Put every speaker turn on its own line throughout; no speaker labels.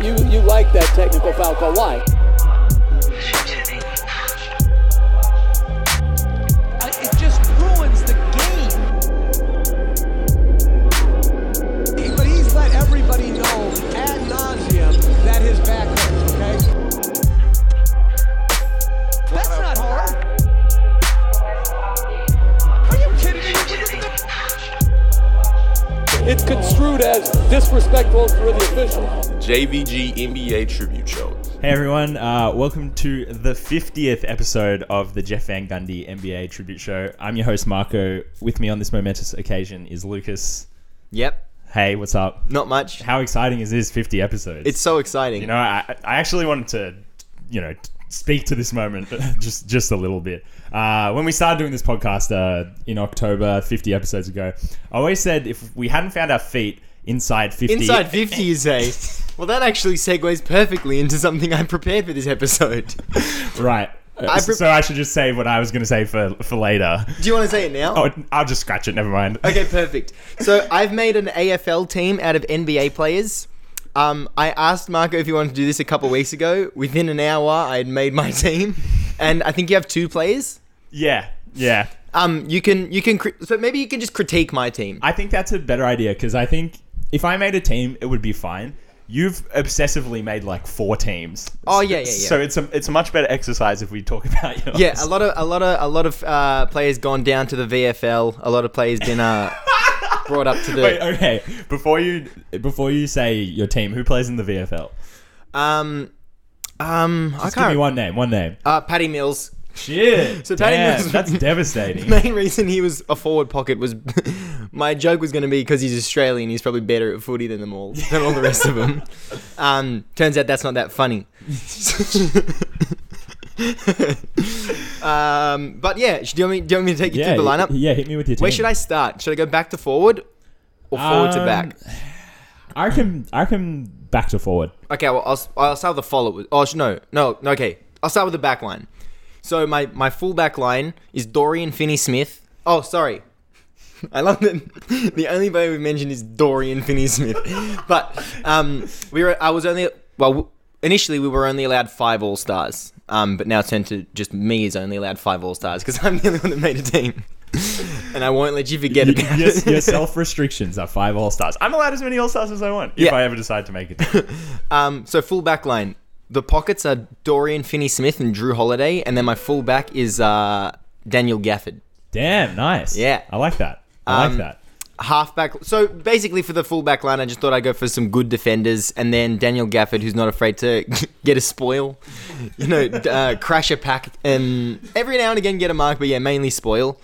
You like that technical foul call. Why?
I- It just ruins the game. But he's let everybody know ad nauseum that his back hurts. Okay. That's not hard. Are you kidding me? You look at the-
It's construed as disrespectful for the official.
JVG NBA tribute show.
Hey everyone, uh, welcome to the 50th episode of the Jeff Van Gundy NBA Tribute Show. I'm your host Marco. With me on this momentous occasion is Lucas.
Yep.
Hey, what's up?
Not much.
How exciting is this 50 episodes?
It's so exciting.
you know, I, I actually wanted to, you know, speak to this moment just just a little bit. Uh, when we started doing this podcast uh, in October, 50 episodes ago, I always said if we hadn't found our feet inside 50,
Inside 50, you say. Well, that actually segues perfectly into something I prepared for this episode. Do
right.
I pre-
so I should just save what I was going to say for for later.
you want to say it now?
Oh, I'll just scratch it. Never mind. Uh,
Okay, perfect. So I've made an AFL team out of NBA players. Um, I asked Marco if he wanted to do this a couple weeks ago. Within an hour, I had made my team, and I think you have two players.
Yeah. Yeah.
Um, you can you can cri- so maybe you can just critique my team.
I think that's a better idea because I think if I made a team, it would be fine. You've obsessively made like four teams.
Oh, yeah, yeah, yeah.
So it's a it's a much better exercise if we talk about yours.
Yeah, a lot of a lot of a lot of uh, players gone down to the VFL. A lot of players been uh, brought up to the.
Wait, okay. Before you before you say your team, who plays in the VFL?
Um, um, I
Just give me
can't.
one name. One name.
Uh, Paddy Mills.
Shit.
So Patty
Damn,
Mills-
that's devastating.
Main reason he was a forward pocket was my joke was going to be because he's Australian. He's probably better at footy than them all than all the rest of them. Um, turns out that's not that funny. um, but yeah, sh- do you want me? Do you want me to take you
yeah.
through the lineup?
Yeah. Hit me with your team.
Where should I start? Should I go back to forward or forward to
Um,
back?
I reckon. I reckon back to forward.
Okay, well, I'll, I'll start with the followers. Oh, sh- no, no, no, okay. I'll start with the back line. So my, my full back line is Dorian Finney-Smith. Oh, sorry. I love that the only player we've mentioned is Dorian Finney-Smith. but um, we were, I was only, well, w- initially we were only allowed five All-Stars. Um, but now it's turned to just me is only allowed five All-Stars because I'm the only one that made a team. and I won't let you forget
Y-
about
your,
it.
your self restrictions are five all stars. I'm allowed as many all stars as I want if
Yeah.
I ever decide to make it.
Um, so full back line. The pockets are Dorian Finney-Smith and Drew Holiday, and then my full back is uh, Daniel Gafford.
Damn, nice.
Yeah.
I like that. I
Um,
like that.
Half back. So basically, for the full back line, I just thought I'd go for some good defenders, and then Daniel Gafford, who's not afraid to get a spoil, you know, d- uh, crash a pack, and every now and again get a mark, but yeah, mainly spoil.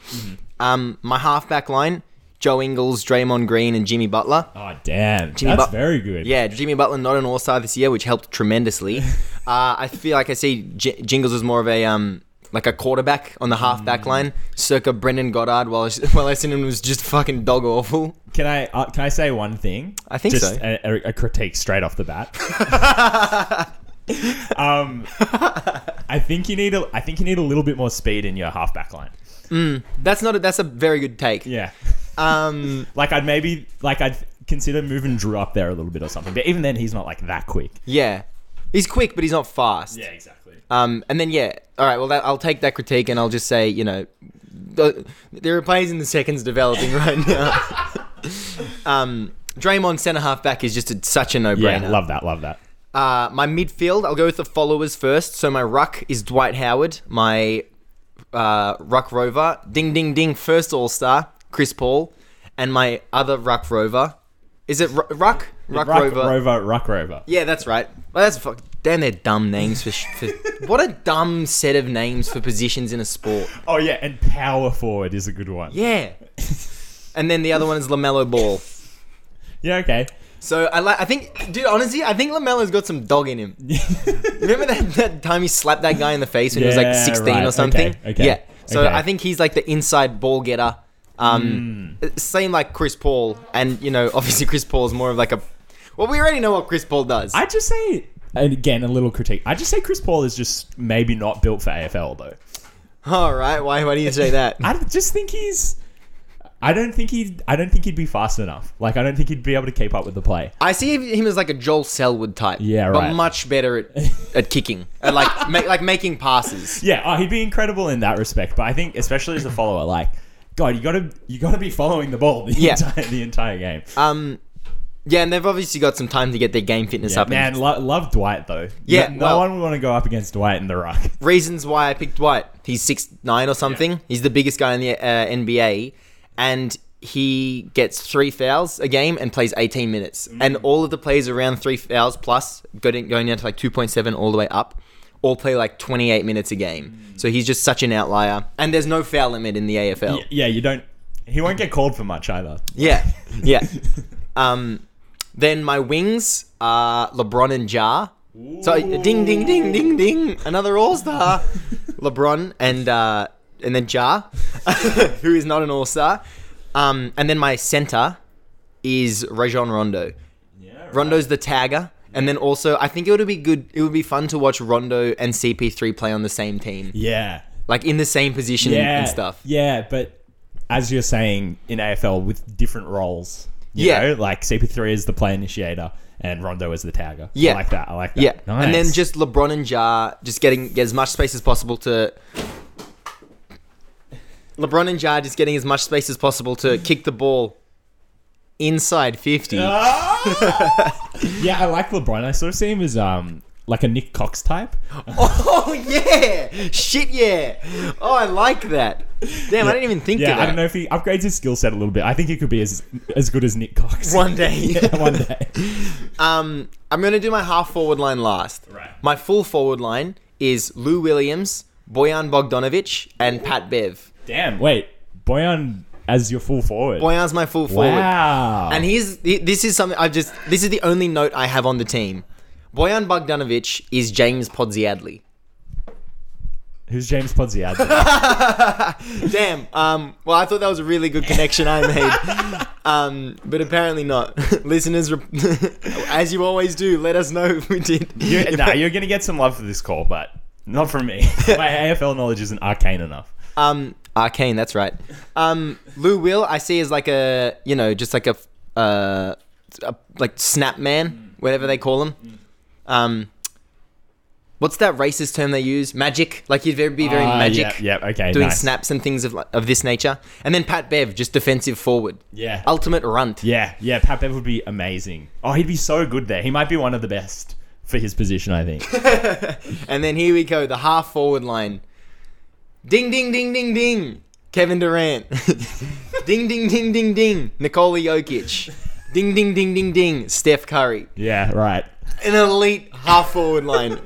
Um, my half back line: Joe Ingles, Draymond Green, and Jimmy Butler.
Oh, damn.
Jimmy
That's
But-
very good.
Yeah, Jimmy Butler not an All Star this year, which helped tremendously. uh, I feel like I see J- Jingles as more of a um like a quarterback on the halfback
Mm.
line, circa Brendan Goddard. While while Essendon was just fucking dog awful.
Can I uh, can I say one thing?
I think
Just
so.
A, a, a critique straight off the bat. um, I think you need a I think you need a little bit more speed in your halfback line.
That's not a, that's a very good take.
Yeah.
Um,
Like I'd maybe like I'd consider moving Drew up there a little bit or something. But even then, he's not like that quick.
yeah, he's quick, but he's not fast.
exactly.
Um, and then yeah, all right. Well, that, I'll take that critique, and I'll just say, you know, th- there are plays in the seconds developing right now. um, Draymond center half back is just a, such a no
Yeah,
brainer.
love that. Love that.
Uh, my midfield, I'll go with the followers first. So my ruck is Dwight Howard. My uh, ruck rover, ding ding ding, first All Star, Chris Paul, and my other ruck rover, is it Ru- ruck?
Ruck
Ruck, rover.
Rover. Ruck Rover.
Yeah, that's right. Well, that's fuck. Damn, they're dumb names for, sh- for what a dumb set of names for positions in a sport.
Oh yeah, and power forward is a good one.
Yeah. And then the other one is Lamelo Ball.
Yeah, okay.
So I like. I think, dude. Honestly, I think Lamelo's got some dog in him. Remember that, that time he slapped that guy in the face when he was like
Yeah,
16
right.
or something?
Okay, okay,
Yeah. So
okay.
I think he's like the inside ball getter. Um,
Hmm.
Same like Chris Paul. And, you know, obviously Chris Paul's more of like a. Well, we already know what Chris Paul does.
I just say, and again, a little critique. I just say Chris Paul is just maybe not built for AFL though.
All right. Why, why do you say that?
I just think he's. I don't think he. I don't think he'd be fast enough. Like I don't think he'd be able to keep up with the play.
I see him as like a Joel Selwood type.
Yeah,
But
right.
much better at, at kicking, at like ma- like making passes.
Yeah, oh, he'd be incredible in that respect. But I think, especially as a follower, like God, you gotta you gotta be following the ball the
Yeah.
entire the entire game.
Um, yeah, and they've obviously got some time to get their game fitness
Yeah,
up.
man,
And
lo- love Dwight though.
Yeah,
no, no
well-
one would want to go up against Dwight in the ruck.
reasons why I picked Dwight. He's six nine or something. He's the biggest guy in the uh, NBA, and he gets three fouls a game and plays 18 minutes. And all of the players around three fouls plus going going down to like 2.7 all the way up. All play like 28 minutes a game. So he's just such an outlier. And there's no foul limit in the AFL.
Y- Yeah, you don't. He won't get called for much either.
Yeah, yeah. um, then my wings are LeBron and Jar. So uh, ding, ding, ding, ding, ding. Another All Star, LeBron and uh, and then Jar, who is not an All Star. Um, and then my center is Rajon Rondo. Rondo's the tagger. And then also, I think it would be good. It would be fun to watch Rondo and CP3 play on the same team,
Yeah,
like in the same position and-
yeah,
and stuff.
Yeah, but as you're saying in AFL with different roles, you
Yeah.
know, like CP3 is the play initiator and Rondo is the tagger.
Yeah.
I like that. I like that.
Yeah,
nice.
and then just LeBron and Jar just getting get as much space as possible to. LeBron and Jar just getting as much space as possible to kick the ball inside fifty.
yeah, I like LeBron. I sort of see him as um like a Nick Cox type.
oh yeah, shit yeah. Oh, I like that. Damn, I didn't even think
Yeah,
of that.
I don't know if he upgrades his skill set a little bit. I think he could be as as good as Nick Cox
One day.
Yeah, one day.
Um, I'm gonna do my half forward line last.
Right.
My full forward line is Lou Williams, Boyan Bogdanovic, and Pat Bev.
Damn. Wait, Boyan as your full forward.
Boyan's my full forward.
wow.
And here's he- this is something I've just this is the only note I have on the team. Boyan Bogdanovic is James Podziadli.
Who's James Podziad?
Damn. Um, well, I thought that was a really good connection I made, um, but apparently not. Listeners, rep- as you always do, let us know if we did.
nah, you're gonna get some love for this call, but not from me. My AFL knowledge isn't arcane enough.
Um, Arcane, that's right. Um, Lou Will, I see as like a you know just like a uh, a, like snap man, whatever they call him. Um, what's that racist term they use? Magic. Like you'd very, be very
Ah,
magic.
yeah, yeah, okay,
Doing
nice.
snaps and things of li- of this nature, and then Pat Bev, just defensive forward.
Yeah.
Ultimate runt.
Yeah, yeah, Pat Bev would be amazing. Oh, he'd be so good there. He might be one of the best for his position, I think.
And then here we go, the half forward line. Ding, ding, ding, ding, ding. Kevin Durant. ding, ding, ding, ding, ding. Nikola Jokic. Ding, ding, ding, ding, ding. Steph Curry.
yeah, right.
An elite half forward line.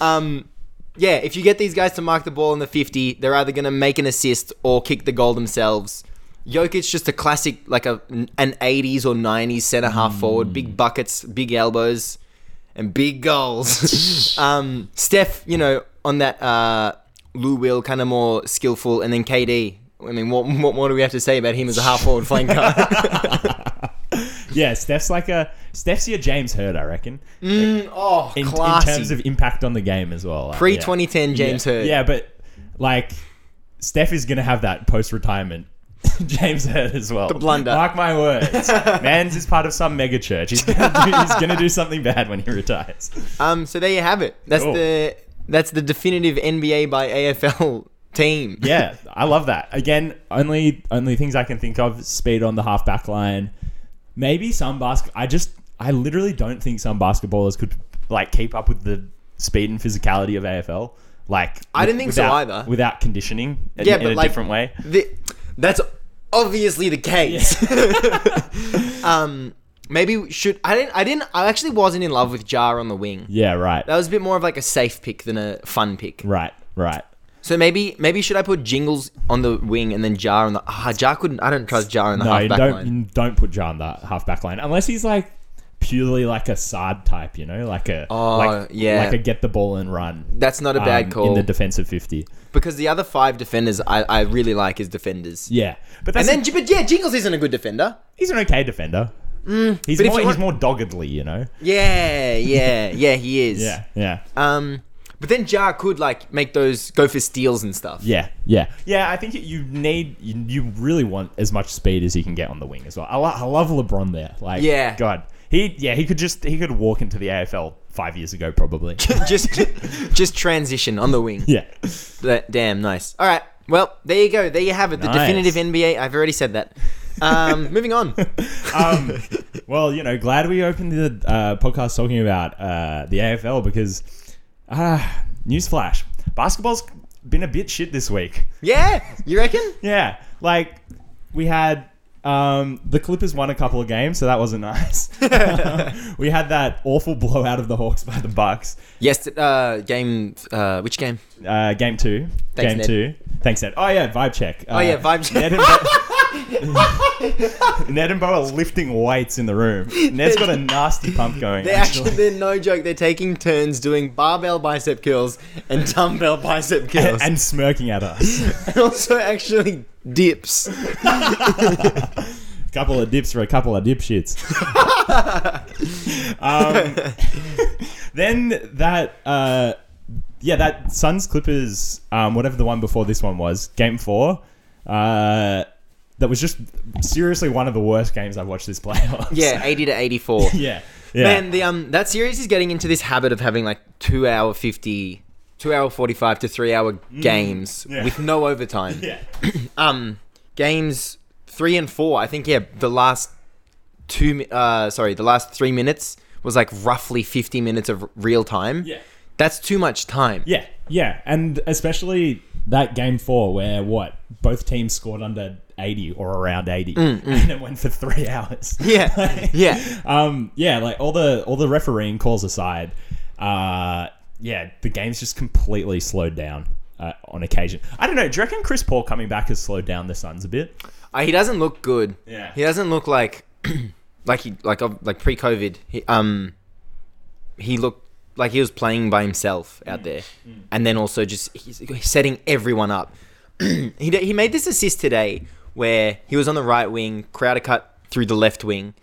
Um, yeah, if you get these guys to mark the ball in the 50, they're either going to make an assist or kick the goal themselves. Jokic just a classic, like a an 80s or 90s centre
Hmm.
half forward. Big buckets, big elbows, and big goals. um, Steph, you know, on that uh, Lou Will, kind of more skillful. And then KD. I mean, what, what more do we have to say about him as a half forward flanker?
Yeah, Steph's like a Steph's your James Hurd, I reckon.
oh,
in, in
classy.
terms of impact on the game as well. Like,
Pre
yeah.
2010 James
yeah.
Hurd.
Yeah, but like Steph is gonna have that post retirement. James Hurd as well. The
blunder.
Mark my words. Man's is part of some mega church. He's gonna, do, he's gonna do something bad when he retires.
Um, so there you have it. That's
Cool.
the that's the definitive NBA by AFL team.
Yeah, I love that. Again, only only things I can think of: speed on the half back line, maybe some basket. I just, I literally don't think some basketballers could like keep up with the speed and physicality of AFL. Like,
I didn't think so
without-
either.
Without conditioning, in,
Yeah,
in
but
a
like-
different way.
The, that's obviously the case. um, maybe we should I didn't I didn't I actually wasn't in love with Jar on the wing.
Yeah, right,
That was a bit more of like a safe pick than a fun pick.
right, right.
So maybe maybe should I put Jingles on the wing and then Jar on the ah Jar couldn't I don't trust Jar on the
No,
half
you
back
don't
line.
you don't put John that half back line unless he's like purely like a Sard type, you know, like a
Oh,
like,
yeah.
like a get the ball and run.
That's not a bad
um,
call
in the defensive fifty.
because the other five defenders I, I really like as defenders.
Yeah, but that's
And
the
then, but yeah, Jingles isn't a good defender.
he's an okay defender. he's
Mm, but if
more
you
he's
want-
more doggedly, you know.
Yeah, yeah, yeah, he is.
Yeah, yeah.
Um, But then Jar could like make those go for steals and stuff.
Yeah, yeah, yeah. I think you need you, you really want as much speed as he can get on the wing as well. I, lo- I love LeBron there. Like,
Yeah.
God, he yeah he could just he could walk into the AFL five years ago probably.
just just transition on the wing.
yeah,
That- damn nice. All right. Well, there you go. There you have it. The
Nice.
definitive NBA. I've already said that. Um, moving on.
um, well, you know, glad we opened the uh, podcast talking about uh, the AFL because, uh, newsflash, basketball's been a bit shit this week.
Yeah, you reckon?
Yeah, like we had um, the Clippers won a couple of games, so that wasn't nice. we had that awful blowout of the Hawks by the Bucks.
Yes. Uh, game. Uh, which game?
Uh, game two,
Thanks,
game
Ned.
two. Thanks, Ed. Oh yeah, vibe check. Uh,
yeah, vibe
Ned
check.
and, Bo- Ned and Bo are lifting weights in the room. Ned's got a nasty pump going.
They're
actually.
actually, they're no joke. They're taking turns doing barbell bicep curls and dumbbell bicep curls,
and smirking at us.
and also actually dips.
couple of dips for a couple of dipshits. um, then that, uh, yeah, that Suns Clippers, um, whatever the one before this one was, game four. Uh, that was just seriously one of the worst games I've watched this playoffs.
Yeah, eighty to eighty-four.
yeah, yeah.
Man, the um that series is getting into this habit of having like two hour fifty, two hour forty five to three hour games
Mm-hmm. yeah.
with no overtime.
yeah.
Um, games three and four, I think. Yeah, the last two, mi- uh, sorry, the last three minutes was like roughly fifty minutes of r- real time.
Yeah.
that's too much time.
Yeah, yeah, and especially that game four where what both teams scored under eighty or around eighty, and it went for three hours.
Mm, Yeah, yeah.
um, yeah, like all the all the refereeing calls aside, uh, yeah, the game's just completely slowed down. Uh, on occasion, I don't know. Do you reckon Chris Paul coming back has slowed down the Suns a bit?
Uh, he doesn't look good.
Yeah.
he doesn't look like like he like ob- like pre COVID. He, um, he looked like he was playing by himself out there, and then also just he's setting everyone up. he d- he made this assist today where he was on the right wing, Crowder cut through the left wing,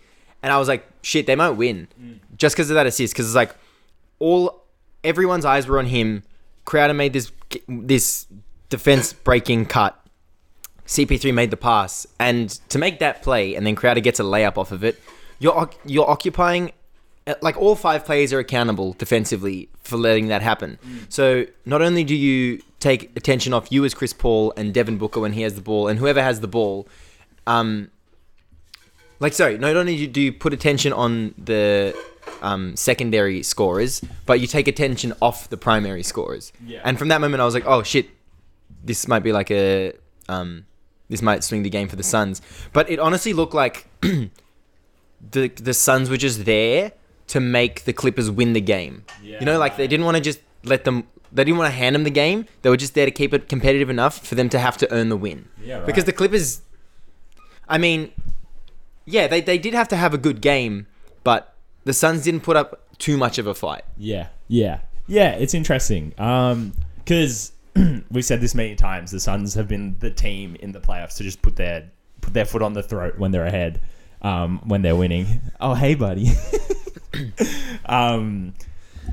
and I was like, shit, they might win just because of that assist. Because it's like all everyone's eyes were on him. Crowder made this this defense breaking cut. CP3 made the pass, and to make that play, and then Crowder gets a layup off of it. You're oc- you're occupying, uh, like all five players are accountable defensively for letting that happen. So not only do you take attention off you as Chris Paul and Devin Booker when he has the ball, and whoever has the ball, um, like sorry, not only do you, do you put attention on the um, secondary scorers, but you take attention off the primary scorers.
Yeah.
And from that moment, I was like, oh shit, this might be like a um, this might swing the game for the Suns. But it honestly looked like the the Suns were just there to make the Clippers win the game. you know, like they didn't want to just let them. They didn't want to hand them the game. They were just there to keep it competitive enough for them to have to earn the win.
Yeah, right.
Because the Clippers, I mean, yeah, they, they did have to have a good game, but the Suns didn't put up too much of a fight.
Yeah, yeah, yeah. It's interesting because we've said this many times. The Suns have been the team in the playoffs to just put their put their foot on the throat when they're ahead, um, when they're winning. Oh, hey, buddy. um,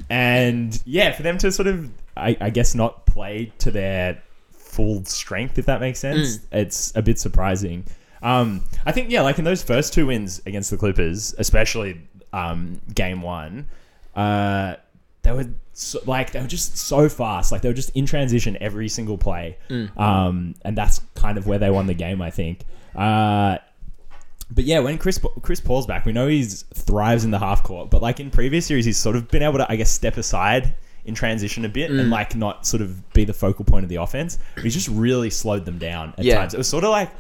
and yeah, for them to sort of, I, I guess, not play to their full strength, if that makes sense, it's a bit surprising. Um, I think yeah, like in those first two wins against the Clippers, especially um, game one, uh, they were so, like they were just so fast, like they were just in transition every single play, um, and that's kind of where they won the game, I think. Uh, but yeah, when Chris Chris Paul's back, we know he's thrives in the half court. But like in previous series, he's sort of been able to, I guess, step aside in transition a bit and like not sort of be the focal point of the offense. But he's just really slowed them down at
Yeah.
times. It was sort of like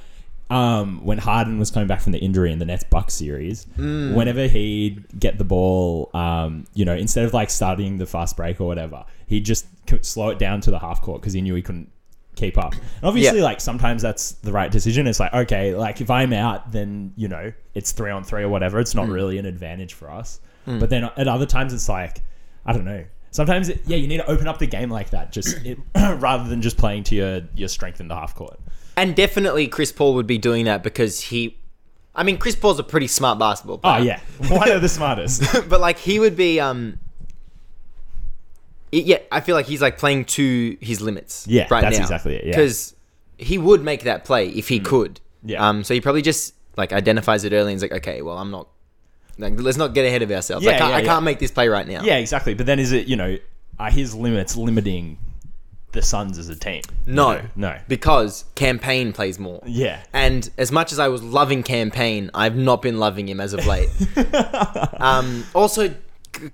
um, when Harden was coming back from the injury in the Nets Bucks series. Whenever he'd get the ball, um, you know, instead of like starting the fast break or whatever, he'd just c- slow it down to the half court because he knew he couldn't keep up. And obviously,
Yeah.
like sometimes that's the right decision. It's like, okay, like if I'm out, then you know, it's three on three or whatever. It's not really an advantage for us. But then at other times, it's like, I don't know. Sometimes, it, yeah, you need to open up the game like that, just it, rather than just playing to your your strength in the half court.
And definitely Chris Paul would be doing that because he, I mean, Chris Paul's a pretty smart basketball player.
Ah. Oh yeah, one of the smartest.
but like he would be um it- yeah, I feel like he's like playing to his limits.
Yeah,
right
that's
now.
exactly it, yeah. Mm.
because he would make that play if he could.
Yeah.
Um. So he probably just like identifies it early and is like, okay, well, I'm not. Like, let's not get ahead of ourselves. I
Yeah,
can't,
yeah,
I
yeah.
can't make this play right now.
Yeah, exactly. But then is it, you know, are his limits limiting the Suns as a team?
No.
No.
Because campaign plays more.
Yeah.
And as much as I was loving campaign, I've not been loving him as of late. um, also, g-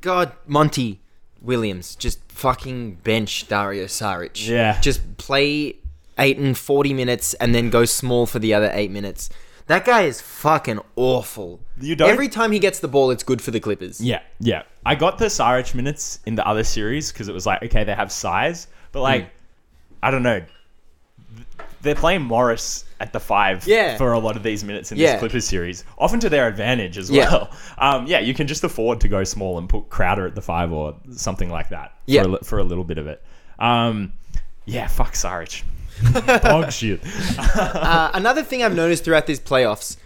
God, Monty Williams, just fucking bench Dario Saric.
Yeah.
Just play eight and 40 minutes and then go small for the other eight minutes. That guy is fucking awful.
You don't-
Every time he gets the ball, it's good for the Clippers.
Yeah, yeah. I got the Saric minutes in the other series because it was like, okay, they have size, but
Hmm.
like, I don't know. They're playing Morris at the five
Yeah.
for a lot of these minutes in
Yeah.
this Clippers series, often to their advantage as
Yeah.
well. Um, yeah, you can just afford to go small and put Crowder at the five or something like that
Yeah.
for, a, li- for a little bit of it. Um, yeah, fuck Saric. Dog shit.
Uh, another thing I've noticed throughout these playoffs,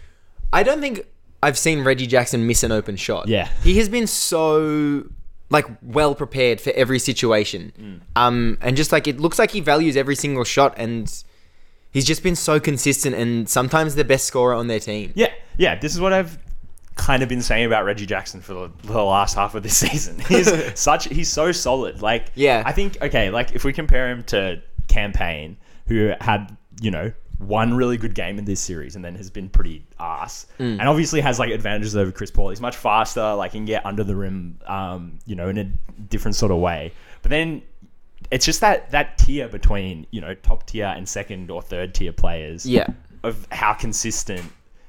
I don't think I've seen Reggie Jackson miss an open shot.
Yeah.
he has been so like well prepared for every situation,
Mm.
um, and just like it looks like he values every single shot, and he's just been so consistent and sometimes the best scorer on their team.
Yeah, yeah. This is what I've kind of been saying about Reggie Jackson for the, the last half of this season. He's such he's so solid. Like
Yeah.
I think okay, like if we compare him to Campaign, who had, you know, one really good game in this series and then has been pretty ass.
Mm.
And obviously has like advantages over Chris Paul. He's much faster, like he can get under the rim um, you know, in a different sort of way. But then it's just that that tier between, you know, top tier and second or third tier players
Yeah.
of how consistent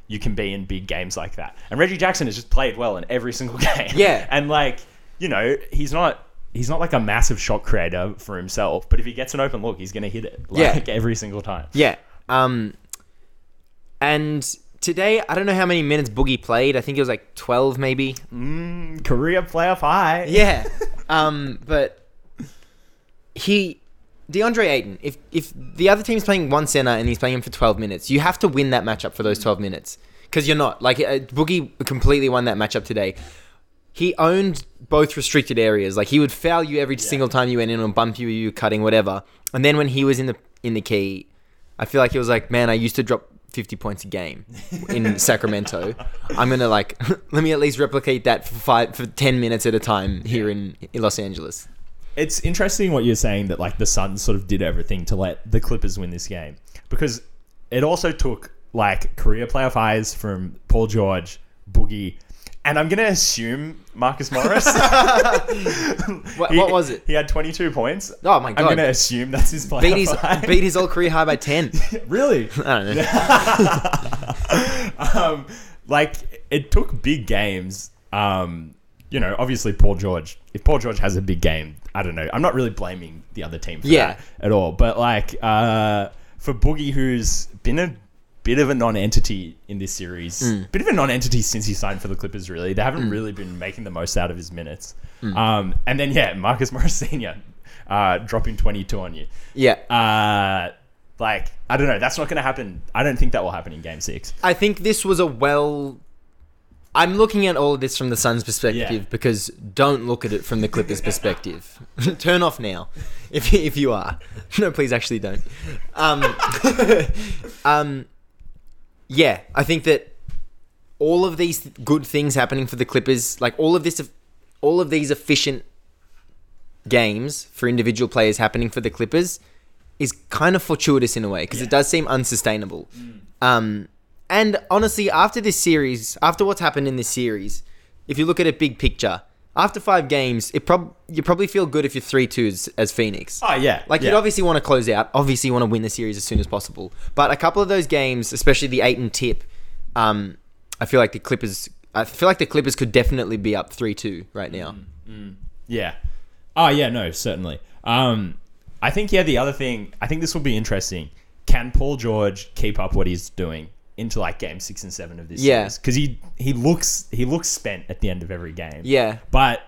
you can be in big games like that. And Reggie Jackson has just played well in every single game.
Yeah.
And like, you know, he's not he's not like a massive shot creator for himself, but if he gets an open look, he's gonna hit it.
Yeah.
Like every single time.
Yeah. Um, and today I don't know how many minutes Boogie played. I think it was like twelve, maybe.
Career playoff high.
Yeah. Um, but he DeAndre Ayton, if if the other team's playing one center and he's playing him for 12 minutes, you have to win that matchup for those 12 minutes cuz you're not. Like uh, Boogie completely won that matchup today. He owned both restricted areas. Like he would foul you every single time you went in or bump you, you cutting whatever. And then when he was in the in the key, I feel like he was like, "Man, I used to drop 50 points a game in Sacramento. I'm going to like let me at least replicate that for 5 for 10 minutes at a time here in, in Los Angeles."
It's interesting what you're saying that like the Suns sort of did everything to let the Clippers win this game. Because it also took like career playoff highs from Paul George, Boogie, and I'm gonna assume Marcus Morris.
What,
He-
what was it?
He had 22 points.
Oh my
I'm
God.
going to assume that's his playoff
beat his
high.
beat his old career high by ten.
really?
I don't know.
um, like it took big games. Um, you know, obviously Paul George. If Paul George has a big game, I don't know. I'm not really blaming the other team for
Yeah.
that at all. But like uh, for Boogie, who's been a bit of a non-entity in this series,
Hmm.
bit of a non-entity since he signed for the Clippers. Really, they haven't really been making the most out of his minutes.
Hmm.
Um, and then yeah, Marcus Morris Senior uh, dropping 22 on you.
Yeah,
Uh, like I don't know. That's not going to happen. I don't think that will happen in Game Six.
I think this was a well. I'm looking at all of this from the Suns' perspective
Yeah.
because don't look at it from the Clippers' perspective. Turn off now, if if you are. No, please, actually don't. Um, um, yeah, I think that all of these good things happening for the Clippers, like all of this, all of these efficient games for individual players happening for the Clippers, is kind of fortuitous in a way because it does seem unsustainable.
Mm.
Um, and honestly, after this series, after what's happened in this series, if you look at it big picture, after five games, it prob you probably feel good if you're three twos as Phoenix.
Oh yeah,
Like
yeah.
you'd obviously want to close out. Obviously, you want to win the series as soon as possible. But a couple of those games, especially the eight and tip, um, I feel like the Clippers. I feel like the Clippers could definitely be up three two right now.
Mm. Yeah. Oh yeah, no, certainly. Um, I think yeah. The other thing, I think this will be interesting. Can Paul George keep up what he's doing into like Game Six and Seven of this
Yeah.
series? Because he he looks he looks spent at the end of every game.
Yeah.
But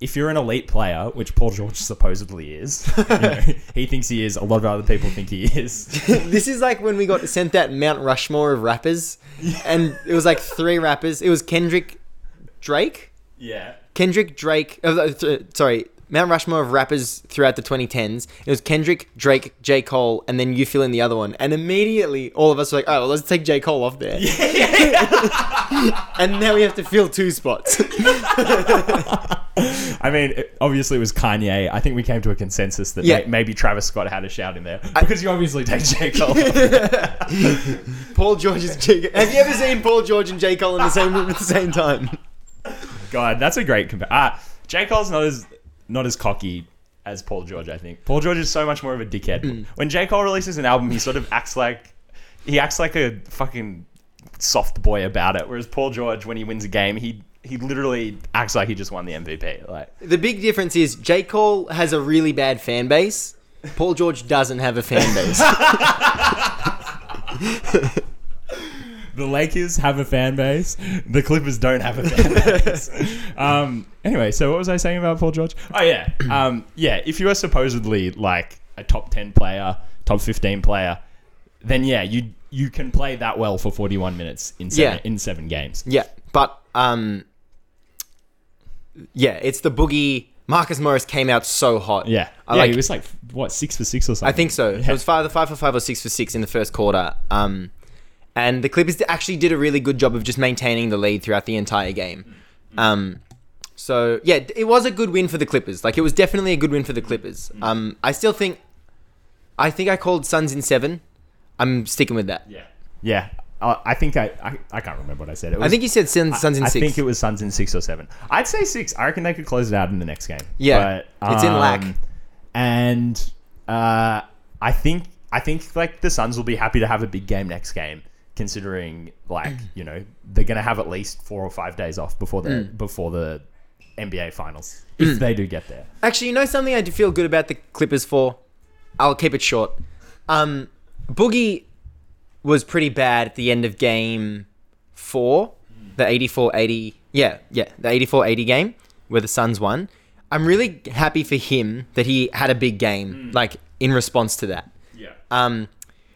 if you're an elite player, which Paul George supposedly is, you know, he thinks he is. A lot of other people think he is.
this is like when we got sent that Mount Rushmore of rappers, and it was like three rappers. It was Kendrick, Drake,
Yeah.
Kendrick Drake. Uh, th- sorry, Mount Rushmore of rappers throughout the 2010s. It was Kendrick, Drake, J. Cole, and then you fill in the other one. And immediately all of us were like, oh, well, let's take J. Cole off there. and now we have to fill two spots.
I mean, it- obviously it was Kanye. I think we came to a consensus that
Yeah.
may- maybe Travis Scott had a shout in there because you obviously take J Cole.
Paul George is J. Have you ever seen Paul George and J. Cole in the same room at the same time?
God, that's a great compare. Ah, J Cole's not as not as cocky as Paul George. I think Paul George is so much more of a dickhead. When J Cole releases an album, he sort of acts like he acts like a fucking soft boy about it. Whereas Paul George, when he wins a game, he he literally acts like he just won the MVP. Like
The big difference is J. Cole has a really bad fan base. Paul George doesn't have a fan base.
the Lakers have a fan base. The Clippers don't have a fan base. um, anyway, so what was I saying about Paul George? Oh yeah, um, yeah. If you are supposedly like a top ten player, top fifteen player, then yeah, you you can play that well for forty one minutes in seven,
Yeah.
in seven games.
Yeah, but um, yeah, it's the boogie. Marcus Morris came out so hot.
Yeah,
I
yeah.
like.
he was like what six for six or something.
I think so.
Yeah.
It was five, five for five or six for six in the first quarter. Um, and the Clippers actually did a really good job of just maintaining the lead throughout the entire game. Um, so yeah, it was a good win for the Clippers. Like it was definitely a good win for the Clippers. Um, I still think, I think I called Suns in seven. I'm sticking with that.
yeah, yeah. I I think I, I I can't remember what I said. It was,
I think you said Suns, Suns in
I
six.
think it was Suns in six or seven. I'd say six. I reckon they could close it out in the next game. um,
Yeah, it's in lack.
And uh, I think I think like the Suns will be happy to have a big game next game, considering like you know they're gonna have at least four or five days off before the
Mm.
before the NBA finals if they do get there.
Actually, you know something I do feel good about the Clippers for? I'll keep it short. Um, Boogie was pretty bad at the end of game four, the 84 80. Yeah, yeah, the 84 80 game where the Suns won. I'm really happy for him that he had a big game, like in response to that.
Yeah.
Um,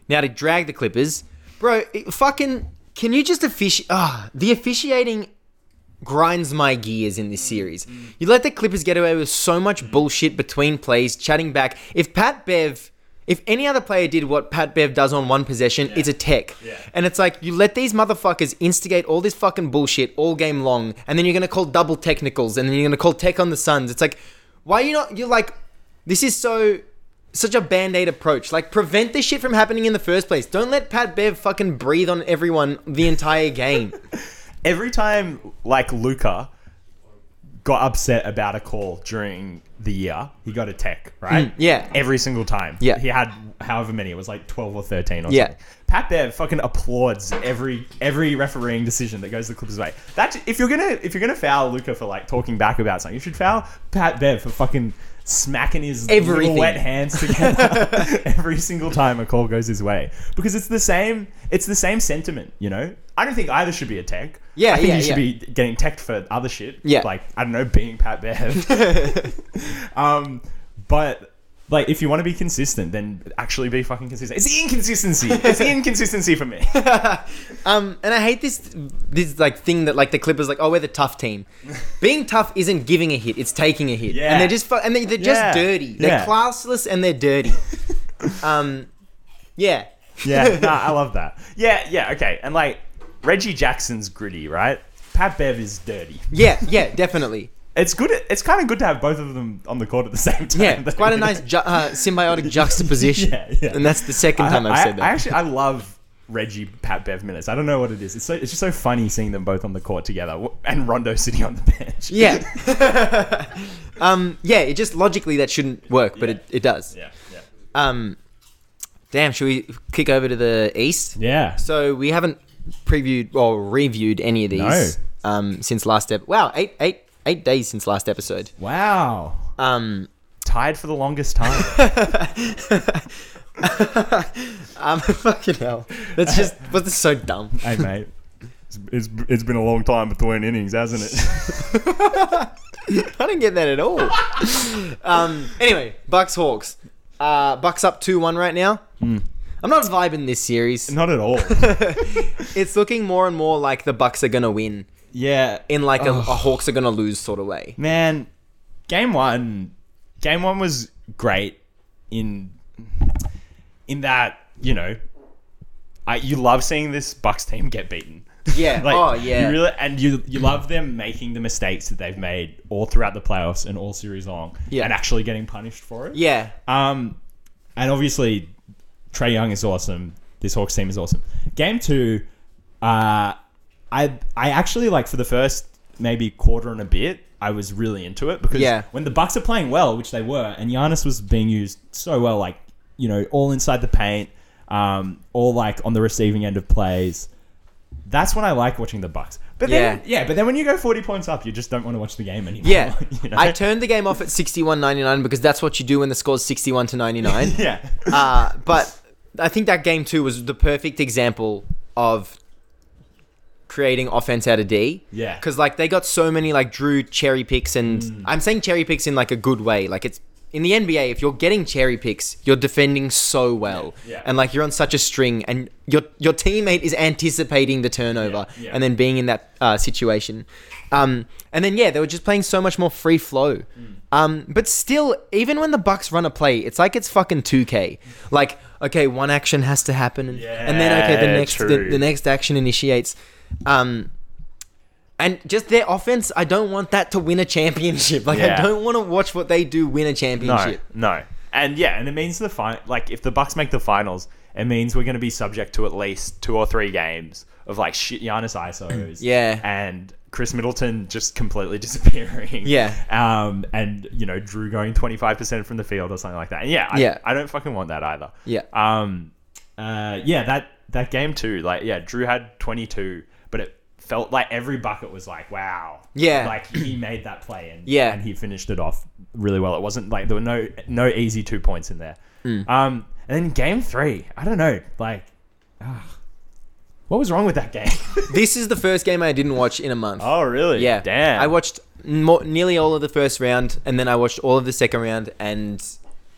now to drag the Clippers, bro. It fucking, can you just offici? Ah, the officiating grinds my gears in this series. You let the Clippers get away with so much bullshit between plays, chatting back. If Pat Bev, if any other player did what Pat Bev does on one possession, it's a tech. And it's like you let these motherfuckers instigate all this fucking bullshit all game long, and then you're gonna call double technicals, and then you're gonna call tech on the Suns. It's like, why are you not? You're like, this is so such a band-aid approach like prevent this shit from happening in the first place don't let pat bev fucking breathe on everyone the entire game
every time like Luca got upset about a call during the year, he got a tech, right?
Mm, yeah.
Every single time.
Yeah.
He had however many, it was like twelve or thirteen or
Yeah.
something. Pat Bev fucking applauds every every refereeing decision that goes the Clippers way. That if you're gonna if you're gonna foul Luca for like talking back about something, you should foul Pat Bev for fucking smacking his little
Everything.
wet hands together every single time a call goes his way because it's the same it's the same sentiment you know i don't think either should be a tech
Yeah,
I think
yeah,
you should
yeah.
be getting teched for other shit.
Yeah.
Like, I don't know, being Pat Bev. um, but like if you want to be consistent, then actually be fucking consistent. It's the inconsistency. it's the inconsistency for me.
Um, and I hate this this like thing that like the Clippers like oh we're the tough team. Being tough isn't giving a hit; it's taking a hit.
Yeah.
And they're just fu- and they, they're just
Yeah.
dirty. They're
Yeah.
classless and they're dirty. um, yeah,
yeah, nah, I love that. Yeah, yeah, okay. And like Reggie Jackson's gritty, right? Pat Bev is dirty.
yeah, yeah, definitely.
It's good. It's kind of good to have both of them on the court at the same time.
Yeah, it's quite a nice ju- uh, symbiotic juxtaposition.
Yeah, yeah.
And that's the second time I've
I,
said that.
I actually I love Reggie Pat Bev minutes. I don't know what it is. It's so it's just so funny seeing them both on the court together w- and Rondo sitting on the bench.
yeah. um, yeah, it just logically that shouldn't work, but it, it does.
yeah, yeah.
Um, damn, should we kick over to the east?
Yeah.
So we haven't previewed or reviewed any of these um, since last ep. Wow, eight, eight, eight days since last episode.
wow.
Um,
Tied for the longest time.
um, fucking hell. That's just what's this so dumb.
hey mate. It's, it's, it's been a long time between innings, hasn't it?
I don't get that at all. um, anyway, Bucks Hawks. Uh, Bucks up two one right now. I'm not vibing this series.
Not at all.
It's looking more and more like the Bucks are gonna win
yeah.
in like a, a Hawks are gonna lose sort of way.
Man, game one game one was great in in that you know, I you love seeing this Bucks team get beaten.
Yeah.
like,
Oh, yeah.
You really and you you love them making the mistakes that they've made all throughout the playoffs and all series long,
Yeah.
and actually getting punished for it.
Yeah.
Um, and obviously, Trey Young is awesome. This Hawks team is awesome. Game two, uh, I I actually like for the first maybe quarter and a bit, I was really into it because
Yeah.
when the Bucks are playing well, which they were, and Giannis was being used so well, like you know, all inside the paint, um, all like on the receiving end of plays. That's when I like watching the Bucks. But then, yeah. but then when you go forty points up, you just don't want to watch the game anymore.
Yeah.
you know?
I turned the game off at 61.99 because that's what you do when the score's 61 to 99.
yeah.
Uh, but I think that game two was the perfect example of creating offense out of D.
Yeah. Mm.
Because like they got so many like Drew cherry picks, and I'm saying cherry picks in like a good way. Like it's in the NBA, if you're getting cherry picks, you're defending so well,
Yeah.
and like you're on such a string, and your your teammate is anticipating the turnover,
Yeah, yeah.
and then being in that uh, situation. Um, and then yeah, they were just playing so much more free flow.
Mm.
Um, but still, even when the Bucks run a play, it's like it's fucking two K. Like okay, one action has to happen, and, and then okay, the
Yeah,
next the,
true.
the next action initiates. Um, and just their offense, I don't want that to win a championship. Like
Yeah.
I don't want to watch what they do win a
No,
championship.
no, and yeah, and it means the final. Like, if the Bucks make the finals, it means we're going to be subject to at least two or three games of like shit Giannis ISOs,
Yeah.
and Chris Middleton just completely disappearing,
Yeah.
um, and you know Drew going twenty five percent from the field or something like that. And yeah, I,
Yeah.
I don't fucking want that either.
Yeah.
um, uh, yeah, that that game too. Like, yeah, Drew had twenty two, but it felt like every bucket was like, wow,
Yeah.
like he made that play and
Yeah.
and he finished it off really well. It wasn't like there were no no easy two points in there.
Hmm.
Um, and then game three, I don't know, like, ah, what was wrong with that game?
This is the first game I didn't watch in a month.
oh, really?
yeah,
damn.
I watched mo nearly all of the first round, and then I watched all of the second round and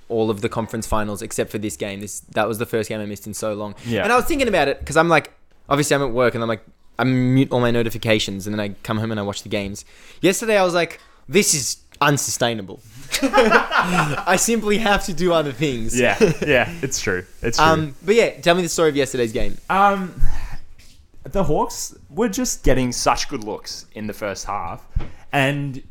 all of the conference finals except for this game. This that was the first game I missed in so long.
Yeah.
and I was thinking about it because I'm like, obviously I'm at work, and I'm like, I mute all my notifications, and then I come home and I watch the games. Yesterday I was like, this is unsustainable. I simply have to do other things.
Yeah, yeah, it's true. It's true.
Um, but yeah, tell me the story of yesterday's game.
Um, the Hawks were just getting such good looks in the first half, and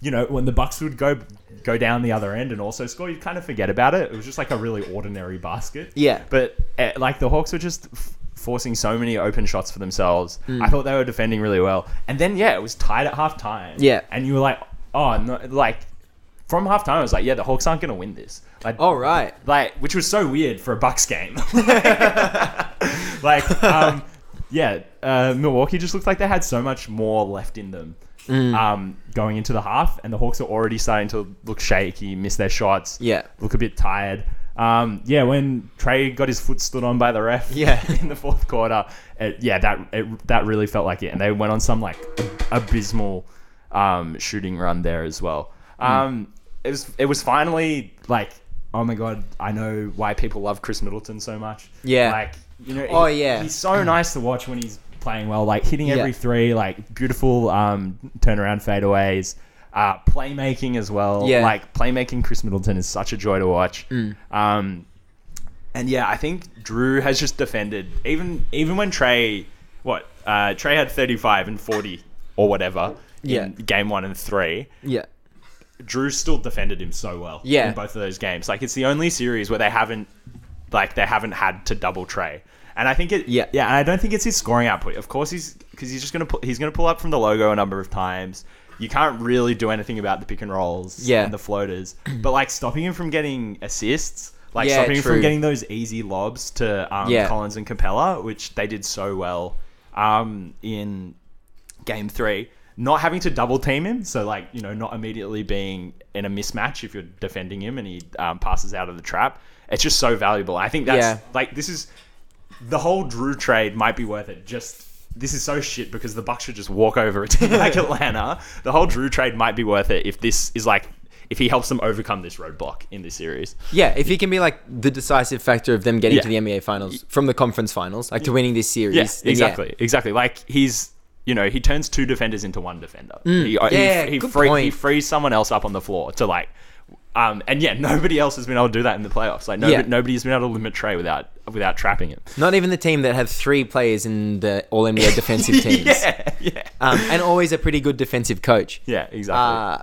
you know when the Bucks would go go down the other end and also score, you'd kind of forget about it. It was just like a really ordinary basket.
Yeah.
but eh, like the Hawks were just. F- Forcing so many open shots for themselves,
Mm.
I thought they were defending really well. And then, yeah, it was tied at halftime.
Yeah.
and you were like, "Oh, no!" Like from halftime, I was like, "Yeah, the Hawks aren't going to win this." Like,
All right.
like which was so weird for a Bucks game. like, um, yeah, uh, Milwaukee just looked like they had so much more left in them um, going into the half, and the Hawks are already starting to look shaky, miss their shots,
Yeah.
look a bit tired. Um, yeah, when Trey got his foot stood on by the ref,
Yeah.
in the fourth quarter, it, yeah, that it, that really felt like it, and they went on some like abysmal um, shooting run there as well.
Hmm.
Um, It was it was finally like, oh my god, I know why people love Chris Middleton so much.
Yeah.
like you know,
Oh, yeah.
he's so nice to watch when he's playing well, like hitting every
Yeah.
three, like beautiful um, turnaround fadeaways, uh, playmaking as well.
Yeah. Hmm.
Like playmaking Chris Middleton is such a joy to watch. Um, and yeah, I think Drew has just defended even even when Trey what uh, Trey had 35 and 40 or whatever
Yeah.
in game 1 and 3.
Yeah.
Drew still defended him so well
Yeah.
in both of those games. Like it's the only series where they haven't like they haven't had to double Trey. And I think it
Yeah.
yeah, and I don't think it's his scoring output. Of course he's cuz he's just going to pull he's going to pull up from the logo a number of times. You can't really do anything about the pick and rolls
Yeah.
and the floaters. But like stopping him from getting assists, like
Yeah,
stopping him
true.
from getting those easy lobs to um,
Yeah.
Collins and Capella, which they did so well um, in game three, not having to double team him, so like you know, not immediately being in a mismatch if you're defending him and he um, passes out of the trap. It's just so valuable. I think that's
Yeah.
like this is the whole Drew trade might be worth it. Just this is so shit because the Bucks should just walk over a team like Atlanta. The whole Drew trade might be worth it if this is like if he helps them overcome this roadblock in this series.
Yeah, if he can be like the decisive factor of them getting
Yeah.
to the NBA finals from the conference finals, like to winning this series.
Yes,
then
exactly, exactly. Like he's, you know, he turns two defenders into one defender. he,
Mm. yeah,
he, he,
good
free, he
point.
frees someone else up on the floor to like Um, and yeah, nobody else has been able to do that in the playoffs. Like nobody,
Yeah.
nobody's been able to limit Trey without without trapping him.
Not even the team that had three players in the All NBA defensive teams,
Yeah, yeah,
um, and always a pretty good defensive coach.
yeah, exactly.
Uh,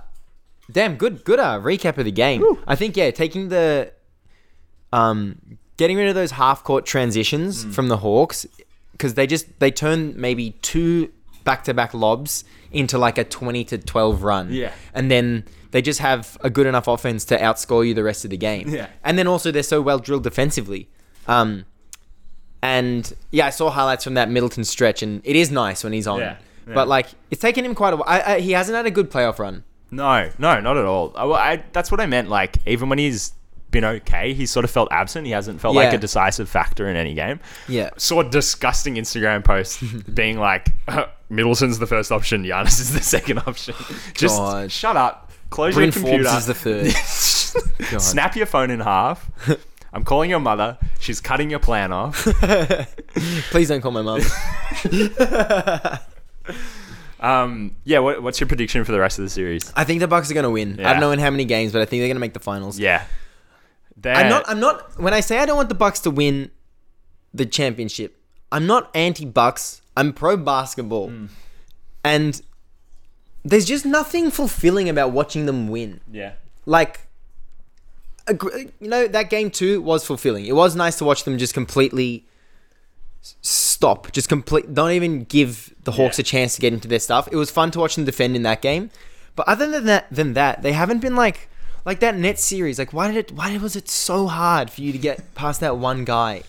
damn, good, good. Uh, recap of the game. I think yeah, taking the, um, getting rid of those half court transitions
Mm.
from the Hawks because they just they turn maybe two back to back lobs into like a twenty to twelve run.
Yeah.
and then they just have a good enough offense to outscore you the rest of the game.
Yeah.
and then also they're so well drilled defensively. Um, and yeah, I saw highlights from that Middleton stretch, and it is nice when he's on.
Yeah, yeah.
But like, it's taken him quite a while. I, I, he hasn't had a good playoff run.
No, no, not at all. I, well, I, that's what I meant. Like, even when he's been okay, he's sort of felt absent. He hasn't felt like a
Yeah.
decisive factor in any game.
Yeah.
Saw a disgusting Instagram post being like, Middleton's the first option, Giannis is the second option. Just
God.
shut up. Close
Bryn
your computer.
Forbes is the third. God.
Snap your phone in half. I'm calling your mother. She's cutting your plan off.
Please don't call my mum.
Um, yeah, what, what's your prediction for the rest of the series?
I think the Bucks are going to win. I
Yeah.
don't know in how many games, but I think they're going to make the finals.
Yeah. They're,
I'm not. I'm not. When I say I don't want the Bucks to win the championship, I'm not anti-Bucks. I'm pro basketball,
Hmm.
and there's just nothing fulfilling about watching them win.
yeah.
like a gr- you know that game too was fulfilling it was nice to watch them just completely s- stop just complete don't even give the hawks
Yeah.
a chance to get into their stuff it was fun to watch them defend in that game but other than that than that they haven't been like like that net series like why did it why was it so hard for you to get past that one guy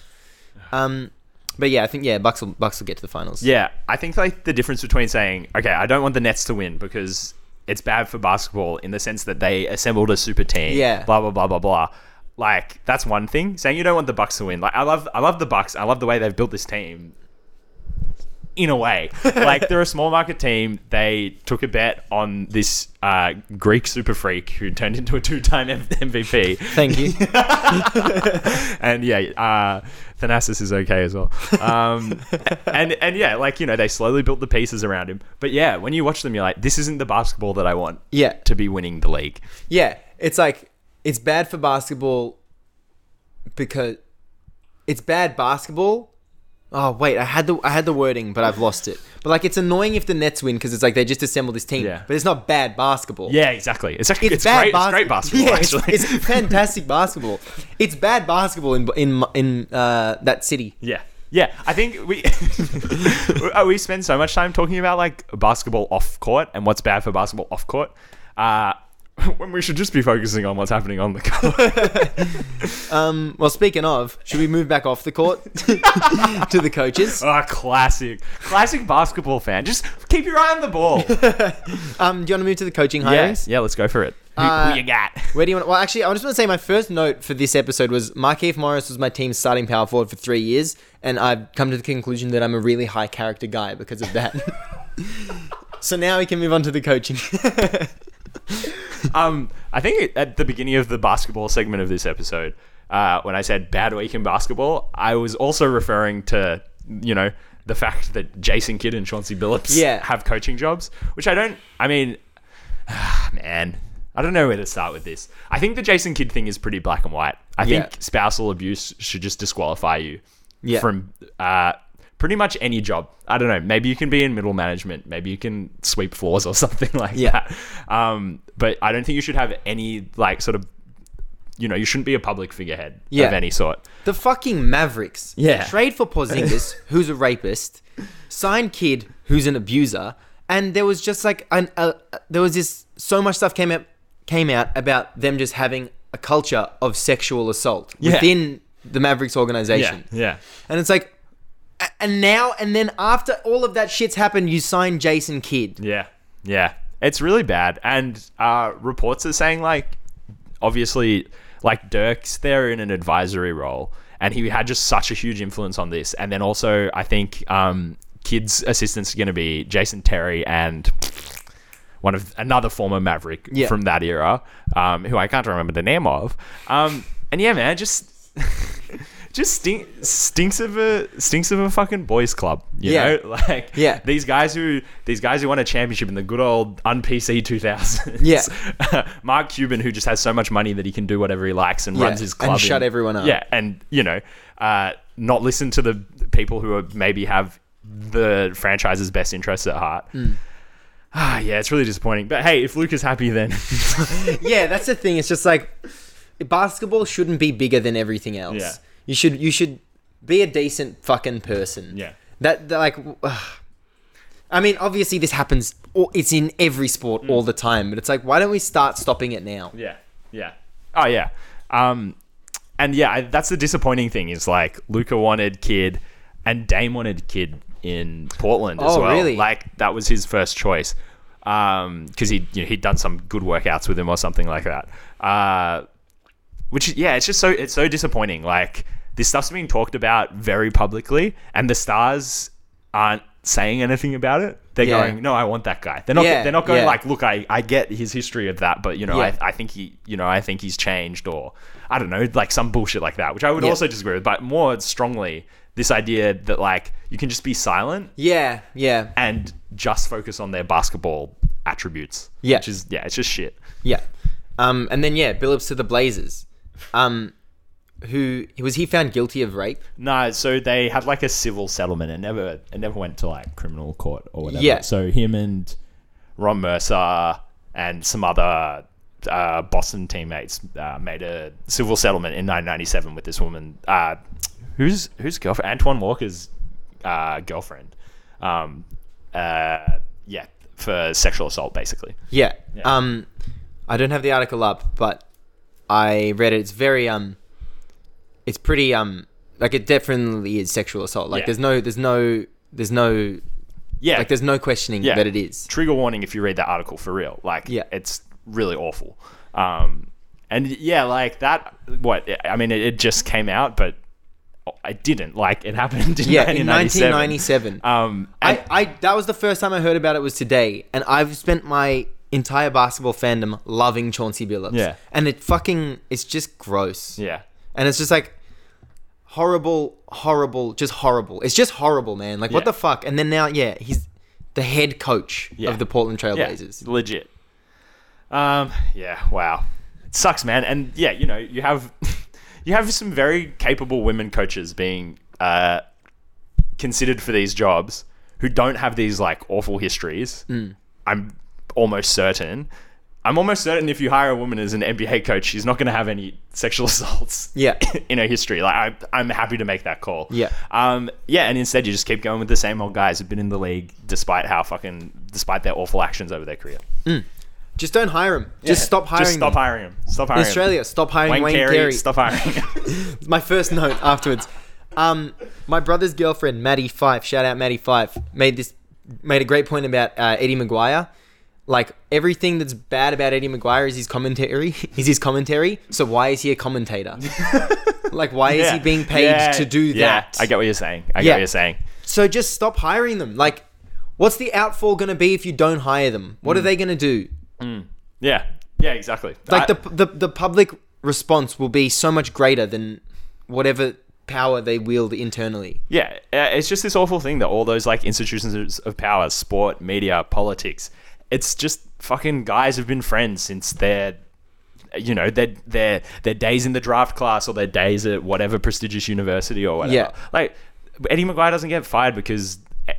um but yeah i think yeah bucks will bucks will get to the finals
Yeah, I think like the difference between saying, okay, I don't want the Nets to win because it's bad for basketball in the sense that they assembled a super team.
Yeah.
Blah blah blah blah blah. Like that's one thing. Saying you don't want the Bucks to win. Like I love I love the Bucks. I love the way they've built this team. In a way, like they're a small market team. They took a bet on this uh, Greek super freak who turned into a two-time M- MVP.
thank you
and yeah, uh, Thanasis is okay as well. Um, and and yeah, like you know, they slowly built the pieces around him. But yeah, when you watch them, you're like, this isn't the basketball that I want.
Yeah.
to be winning the league.
Yeah, it's like it's bad for basketball because it's bad basketball. Oh wait, I had the I had the wording, but I've lost it. But like, it's annoying if the Nets win because it's like they just assembled this team.
Yeah.
But it's not bad basketball.
Yeah, exactly. It's actually
It's,
it's,
bad
great.
bas-
it's great basketball.
Yeah, it's-
actually,
it's, fantastic basketball. It's bad basketball in in in uh, that city.
yeah. Yeah, I think we uh, we spend so much time talking about like basketball off court and what's bad for basketball off court, uh, when we should just be focusing on what's happening on the court.
Um, well, speaking of, should we move back off the court to the coaches?
Ah, classic, classic basketball fan. Just keep your eye on the ball.
Um, do you want to move to the coaching hirings?
Yeah, yeah, let's go for it. Who, who
Uh,
you got?
Where do you want? Well, actually, I just want to say my first note for this episode was Markeith Morris was my team's starting power forward for three years, and I've come to the conclusion that I'm a really high character guy because of that. so now we can move on to the coaching.
Um, I think it- at the beginning of the basketball segment of this episode, uh, when I said bad week in basketball, I was also referring to you know the fact that Jason Kidd and Chauncey Billups
Yeah.
have coaching jobs, which I don't. I mean, man, I don't know where to start with this. I think the Jason Kidd thing is pretty black and white. I
Yeah.
think spousal abuse should just disqualify you
Yeah.
from uh, pretty much any job. I don't know. Maybe you can be in middle management. Maybe you can sweep floors or something like
Yeah.
that. Um, but I don't think you should have any like sort of, you know, you shouldn't be a public figurehead
Yeah.
of any sort.
the fucking Mavericks.
Yeah.
Trade for Porzingis, who's a rapist. Sign Kid, who's an abuser. And there was just like an uh, there was this so much stuff came out came out about them just having a culture of sexual assault
Yeah.
within the Mavericks organization.
yeah.
And it's like, a- and now and then after all of that shit's happened, you sign Jason Kidd.
Yeah, yeah, it's really bad. And uh, reports are saying like, obviously, like Dirk's there in an advisory role, and he had just such a huge influence on this. And then also, I think um, Kid's assistants are going to be Jason Terry and one of another former Maverick
Yeah.
from that era, um, who I can't remember the name of. Um, and yeah, man, just just stink, stinks of a stinks of a fucking boys club. You
Yeah.
know, like
Yeah.
these guys who these guys who won a championship in the good old unPC 2000s.
Yeah.
Mark Cuban who just has so much money that he can do whatever he likes and
Yeah,
runs his
and
club
shut
in-
everyone up.
Yeah, and you know, uh, not listen to the people who are maybe have the franchise's best interests at heart.
Hmm.
Ah, yeah, it's really disappointing. But hey, if Luke is happy, then
yeah, that's the thing. It's just like basketball shouldn't be bigger than everything else.
Yeah.
You should you should be a decent fucking person.
Yeah.
That, that like ugh. I mean, obviously this happens all, it's in every sport
Mm.
all the time, but it's like why don't we start stopping it now?
Yeah, yeah. Oh yeah. Um, and yeah, I, that's the disappointing thing is like Luca wanted kid, and Dame wanted kid in Portland as
Oh,
well.
really?
Like that was his first choice, um, because he you know, he'd done some good workouts with him or something like that. Uh, which yeah, it's just so it's so disappointing. Like this stuff's being talked about very publicly, and the stars aren't saying anything about it. They're
Yeah.
going, no, I want that guy. They're not.
Yeah,
they're not going
yeah.
like, look, I, I get his history of that, but you know,
Yeah.
I, I think he, you know, I think he's changed or I don't know, like some bullshit like that, which I would
Yeah.
also disagree with, but more strongly this idea that like you can just be silent
Yeah, yeah.
and just focus on their basketball attributes.
Yeah.
Which is yeah, it's just shit.
Yeah. Um and then yeah, Billups to the Blazers. Um who was he found guilty of rape?
No, so they had like a civil settlement. It never it never went to like criminal court or whatever.
Yeah.
So him and Ron Mercer and some other uh, Boston teammates uh, made a civil settlement in 1997 with this woman, uh, who's whose girlfriend Antoine Walker's uh, girlfriend. Um, uh, yeah, for sexual assault, basically.
Yeah. Um, I don't have the article up, but I read it. It's very um, it's pretty um, like it definitely is sexual assault. Like
Yeah.
there's no, there's no, there's no,
Yeah,
like there's no questioning that it is.
Trigger warning if you read that article for real. Like,
Yeah.
it's really awful. Um, and yeah, like that. What I mean, it, it just came out, but it didn't. Like, it happened in
Yeah, in
1997.
1997.
Um, and-
I, I that was the first time I heard about it was today, and I've spent my entire basketball fandom loving Chauncey Billups.
Yeah.
and it fucking it's just gross.
yeah,
and it's just like horrible, horrible, just horrible. It's just horrible, man. Like what
Yeah.
the fuck? And then now, yeah, he's the head coach
Yeah.
of the Portland
yeah,
Trailblazers.
legit. Um, yeah, wow, it sucks, man. And yeah, you know, you have you have some very capable women coaches being uh, considered for these jobs who don't have these like awful histories.
Mm.
I'm almost certain. I'm almost certain if you hire a woman as an NBA coach, she's not going to have any sexual assaults
Yeah.
in her history. Like I, I'm happy to make that call.
Yeah.
Um. Yeah. And instead, you just keep going with the same old guys who've been in the league, despite how fucking, despite their awful actions over their career.
Just don't hire him. Just stop hiring.
Just stop
them.
hiring them. Stop
In
hiring 'em.
Australia, stop hiring Wayne,
Wayne,
Carey.
Carey, Stop hiring. 'em.
My first note afterwards. Um, my brother's girlfriend, Maddie Fife, shout out Maddie Fife, made this made a great point about uh, Eddie Maguire. Like everything that's bad about Eddie Maguire is his commentary. Is his commentary. So why is he a commentator? like why is
Yeah.
he being paid
Yeah.
to do
Yeah.
that?
I get what you're saying. I
Yeah.
get what you're saying.
So just stop hiring them. Like, what's the outfall going to be if you don't hire them? What
Hmm.
are they going to do?
Yeah. Yeah. Exactly.
Like
I-
the, the the public response will be so much greater than whatever power they wield internally.
Yeah, uh, it's just this awful thing that all those like institutions of power, sport, media, politics, it's just fucking guys have been friends since their, you know, their their their days in the draft class or their days at whatever prestigious university or whatever.
Yeah.
Like Eddie McGuire doesn't get fired because e-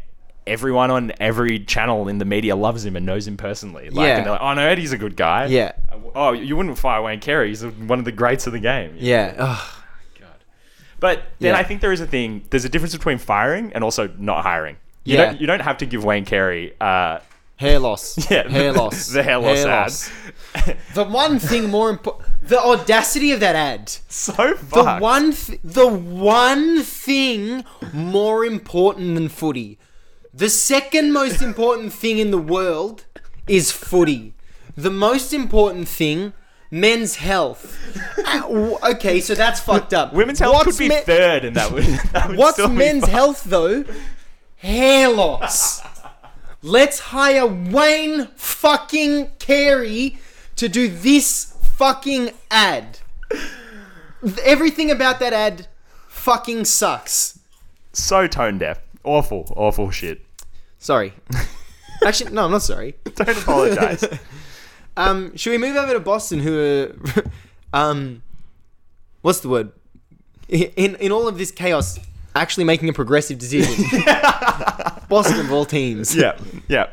everyone on every channel in the media loves him and knows him personally. Like,
Yeah.
and they're like, oh no, Eddie's a good guy.
Yeah.
Oh, you wouldn't fire Wayne Carey. He's one of the greats of the game.
Yeah. Ugh.
But then
Yeah.
I think there is a thing. There's a difference between firing and also not hiring. You
Yeah.
don't you don't have to give Wayne Carey uh
Hair loss.
yeah,
Hair
the,
loss.
the hair loss ad.
The one thing more important. The audacity of that ad.
so
The
fucked.
one, th- the one thing more important than footy, the second most important thing in the world is footy. The most important thing, men's health. Ah, w- okay, so that's fucked up.
Women's health could
What's
be
me-
third, and that would. That would
What's
still be
men's
fucked.
health though? Hair loss. Let's hire Wayne fucking Carey to do this fucking ad. Everything about that ad fucking sucks.
So tone deaf. Awful, awful shit.
Sorry. Actually, no, I'm not sorry.
Don't apologize.
Um, should we move over to Boston? Who are, um, what's the word? In in all of this chaos, actually making a progressive decision. Boston of all teams.
yeah, yeah.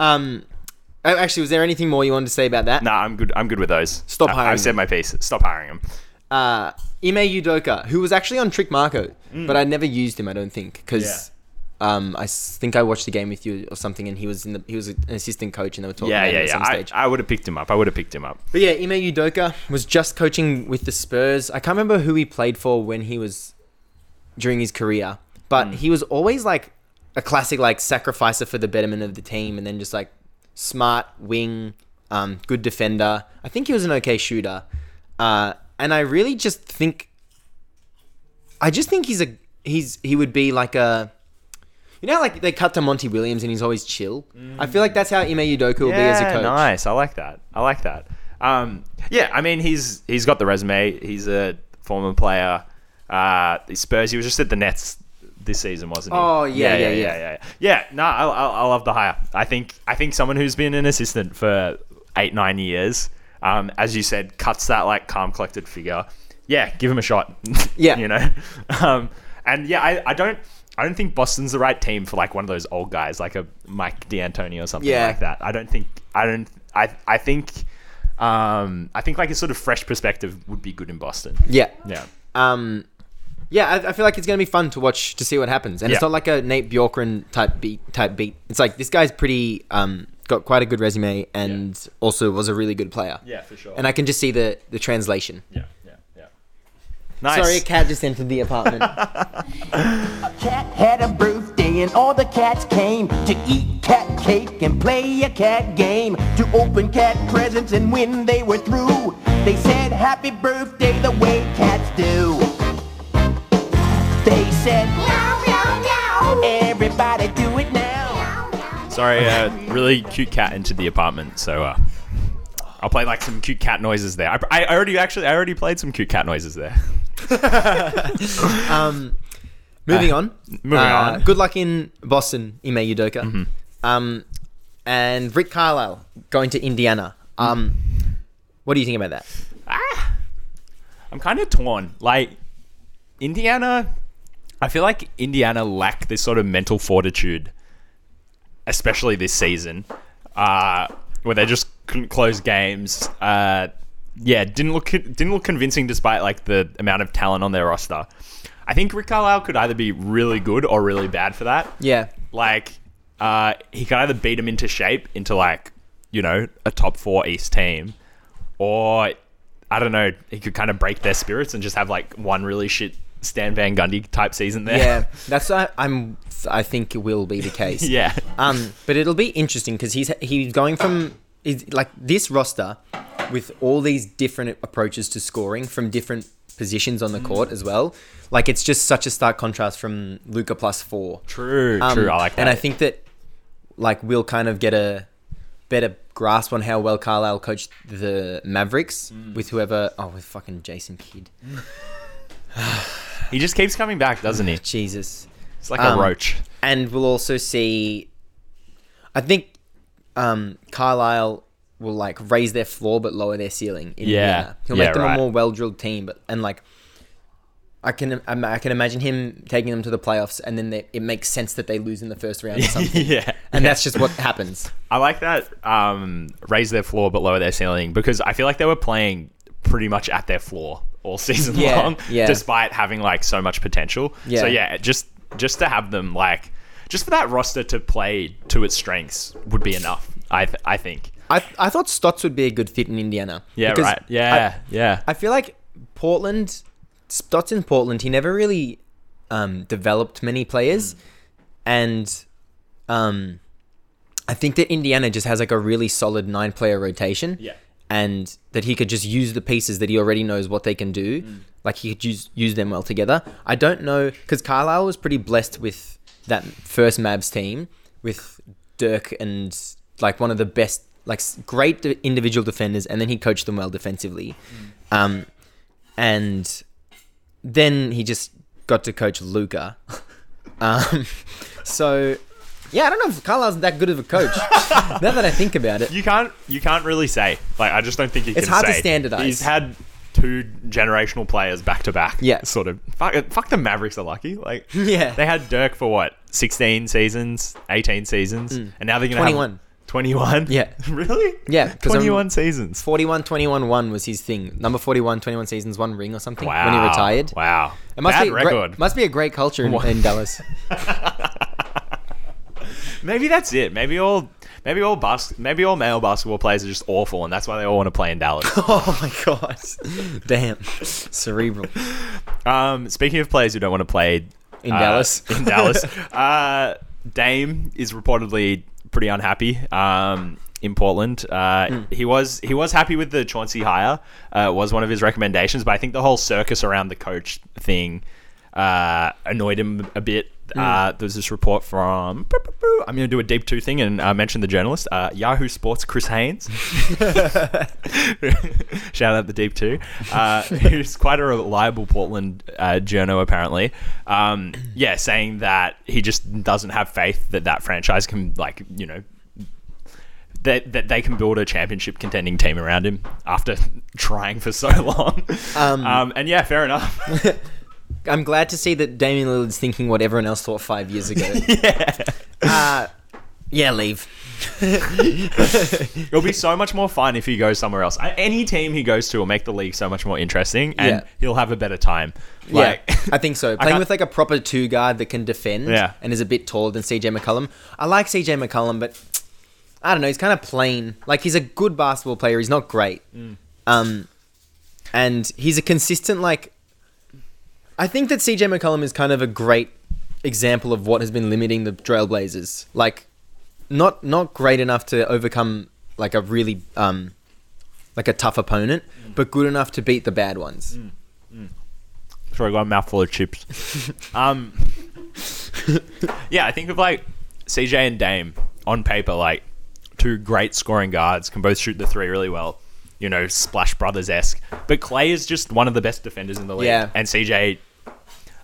Um, a- actually, was there anything more you wanted to say about that?
Nah, I'm good. I'm good with those.
Stop
I-
hiring
I've said
them.
my piece. Stop hiring them.
Uh, Ime Udoka, who was actually on Trick Marco,
Mm.
but I never used him. I don't think because. Um, I s- think I watched the game with you or something, and he was in the he was an assistant coach, and they were talking
Yeah,
about him
yeah,
at
yeah.
some
I,
stage.
I would have picked him up. I would have picked him up.
But yeah, Ime Udoka was just coaching with the Spurs. I can't remember who he played for when he was during his career, but
Hmm.
he was always like a classic like sacrificer for the betterment of the team, and then just like smart wing, um, good defender. I think he was an okay shooter, uh, and I really just think, I just think he's a he's he would be like a. You know, how, like they cut to Monty Williams and he's always chill. I feel like that's how Ime Udoka will be as a
Yeah,
coach.
Nice. I like that. I like that. Um, yeah, I mean, he's he's got the resume. He's a former player. Uh, the Spurs. He was just at the Nets this season, wasn't he?
Oh, yeah,
yeah,
yeah, yeah.
yeah. yeah. Yeah, No, I, I, I love the hire. I think I think someone who's been an assistant for eight nine years, um, as you said, cuts that like calm collected figure. Yeah, give him a shot.
Yeah.
you know, um, and yeah, I, I don't. I don't think Boston's the right team for like one of those old guys, like a Mike D'Antoni or something
Yeah.
like that. I don't think I don't I I think um I think like a sort of fresh perspective would be good in Boston.
Yeah.
Yeah.
um, yeah, I, I feel like it's gonna be fun to watch to see what happens, and it's
Yeah.
not like a Nate Bjorkren type beat type beat. It's like this guy's pretty um, got quite a good resume and also was a really good player.
for sure.
and I can just see the the translation.
yeah, yeah, yeah. Nice.
Sorry, a cat just entered the apartment.
cat had a birthday and all the cats came to eat cat cake and play a cat game to open cat presents and when they were through they said happy birthday the way cats do they said meow meow meow everybody do it now
Sorry, uh, really cute cat entered the apartment, so uh I'll play like some cute cat noises there. I, I already actually I already played some cute cat noises there.
Moving on.
Uh,
Uh,
moving on. Mm-hmm.
Good luck in Boston, Ime Udoka. Um, and Rick Carlisle going to Indiana. Um, what do you think about that?
Ah, I'm kind of torn. Like Indiana, I feel like Indiana lack this sort of mental fortitude, especially this season, uh, where they just couldn't close games. Uh, yeah, didn't look didn't look convincing despite like the amount of talent on their roster. I think Rick Carlisle could either be really good or really bad for that
Yeah,
like uh, he can either beat him into shape into like you know a top four East team, or I don't know he could kind of break their spirits and just have like one really shit Stan Van Gundy type season there.
yeah. That's what I, I'm. I think it will be the case.
yeah,
Um, but it'll be interesting because he's he's going from he's, like this roster with all these different approaches to scoring from different positions on the court as well. Like it's just such a stark contrast from Luca plus four.
true,
Um,
true. I like that.
And I think that like we'll kind of get a better grasp on how well Carlisle coached the Mavericks
Mm.
with whoever. Oh, with fucking Jason Kidd.
he just keeps coming back, doesn't he?
Jesus.
It's like
Um,
a roach.
and we'll also see. I think um, Carlisle will like raise their floor but lower their ceiling. In
Yeah.
Indiana. he'll
Yeah,
make them
right.
a more well drilled team, but and like. I can I'm- I can imagine him taking them to the playoffs, and then they, it makes sense that they lose in the first round. Or something.
yeah,
and that's just what happens.
I like that. Um, raise their floor but lower their ceiling because I feel like they were playing pretty much at their floor all season
Yeah,
long,
yeah.
despite having like so much potential.
Yeah.
So yeah, just just to have them like just for that roster to play to its strengths would be enough. I th- I think.
I I thought Stotts would be a good fit in Indiana.
Yeah.
because
right. Yeah. yeah.
I, I feel like Portland, Stotts in Portland, he never really um, developed many players, and um, I think that Indiana just has like a really solid nine-player rotation.
Yeah.
And that he could just use the pieces that he already knows what they can do. Like he could use use them well together. I don't know because Carlisle was pretty blessed with that first Mavs team with Dirk and like one of the best, like s- great d- individual defenders, and then he coached them well defensively. Um, and then he just got to coach Luca. Um, so, yeah, I don't know if Carlisle's that good of a coach. now that I think about it,
You can't you can't really say. Like I just don't think you
It's
can
hard to
say.
standardize.
He's had two generational players back to back.
Yeah.
Sort of fuck, fuck the Mavericks are lucky. Like
Yeah.
They had Dirk for what? 16 seasons, 18 seasons, and now they're going to
21.
21?
Hmm. Yeah.
really?
Yeah, 'cause I'm-
21 seasons.
41 21 1 was his thing. Number 41, 21 seasons, one ring or something
Wow.
when he retired.
Wow.
It must
Bad
be a great-
record.
must be a great culture in,
What?
in Dallas.
Maybe that's it. Maybe all maybe all bas- maybe all male basketball players are just awful and that's why they all want to play in Dallas.
oh my god. Damn. Cerebral.
Um, speaking of players who don't want to play
In
uh,
Dallas.
in Dallas, uh, Dame is reportedly pretty unhappy um, in Portland. Uh,
Hmm.
He was he was happy with the Chauncey hire. Uh, was one of his recommendations, but I think the whole circus around the coach thing uh, annoyed him a bit.
Hmm.
Uh, there was this report from I'm going to do a deep two thing and uh, mention the journalist uh, Yahoo Sports Chris Haynes. Shout out the Deep Two, uh, who's quite a reliable Portland uh, journo apparently. Um, yeah, saying that he just doesn't have faith that that franchise can like you know that that they can build a championship contending team around him after trying for so long. Um, and yeah, fair enough.
I'm glad to see that Damian Lillard's thinking what everyone else thought five years ago. yeah. Uh, yeah, leave.
It'll be so much more fun if he goes somewhere else. A- Any team he goes to will make the league so much more interesting, and
Yeah.
he'll have a better time.
yeah, I think so. Playing
can't-
with like a proper two guard that can defend
Yeah.
and is a bit taller than CJ McCollum. I like CJ McCollum, but I don't know. He's kind of plain. Like he's a good basketball player. He's not great.
Mm.
Um, and he's a consistent like. I think that CJ McCollum is kind of a great example of what has been limiting the Trailblazers. Like, not not great enough to overcome like a really um, like a tough opponent,
Mm.
but good enough to beat the bad ones.
Sorry, I got a mouthful of chips. um, yeah, I think of like CJ and Dame on paper, like two great scoring guards can both shoot the three really well. You know, Splash Brothers esque. But Clay is just one of the best defenders in the league,
Yeah.
and CJ,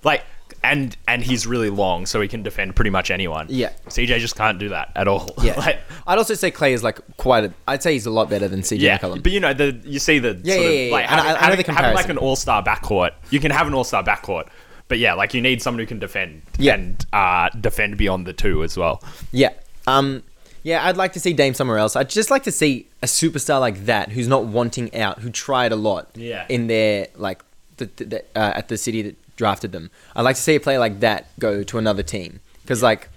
like, and and he's really long, so he can defend pretty much anyone.
Yeah.
CJ just can't do that at all.
Yeah.
like,
I'd also say Clay is like quite a. I'd say he's a lot better than CJ
yeah,
McCollum.
but you know the you see the
Yeah,
sort
yeah,
of
yeah, yeah.
like
And I-
having,
I know the
having- having, like
comparison.
an all star backcourt. You can have an all star backcourt, but yeah, like you need someone who can defend
Yeah.
and uh, defend beyond the two as well.
yeah. Um. Yeah, I'd like to see Dame somewhere else. I'd just like to see a superstar like that who's not wanting out, who tried a lot.
Yeah.
In their like, the, the, the, uh, at the city that drafted them. I'd like to see a player like that go to another team because like,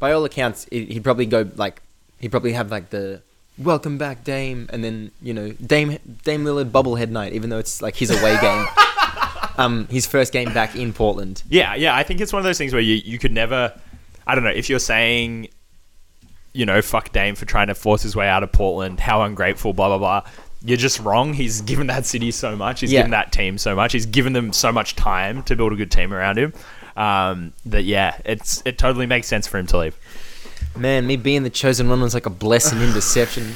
by all accounts, it, he'd probably go like he'd probably have like the. Welcome back, Dame, and then you know Dame Dame Lillard bobblehead night, even though it's like his away game, um, his first game back in Portland.
Yeah, yeah, I think it's one of those things where you you could never. I don't know if you're saying, you know, fuck Dame for trying to force his way out of Portland. How ungrateful, blah blah blah. You're just wrong. He's given that city so much. He's
Yeah.
given that team so much. He's given them so much time to build a good team around him. Um, that yeah, it's it totally makes sense for him to leave.
Man, me being the chosen one was like a blessing in deception.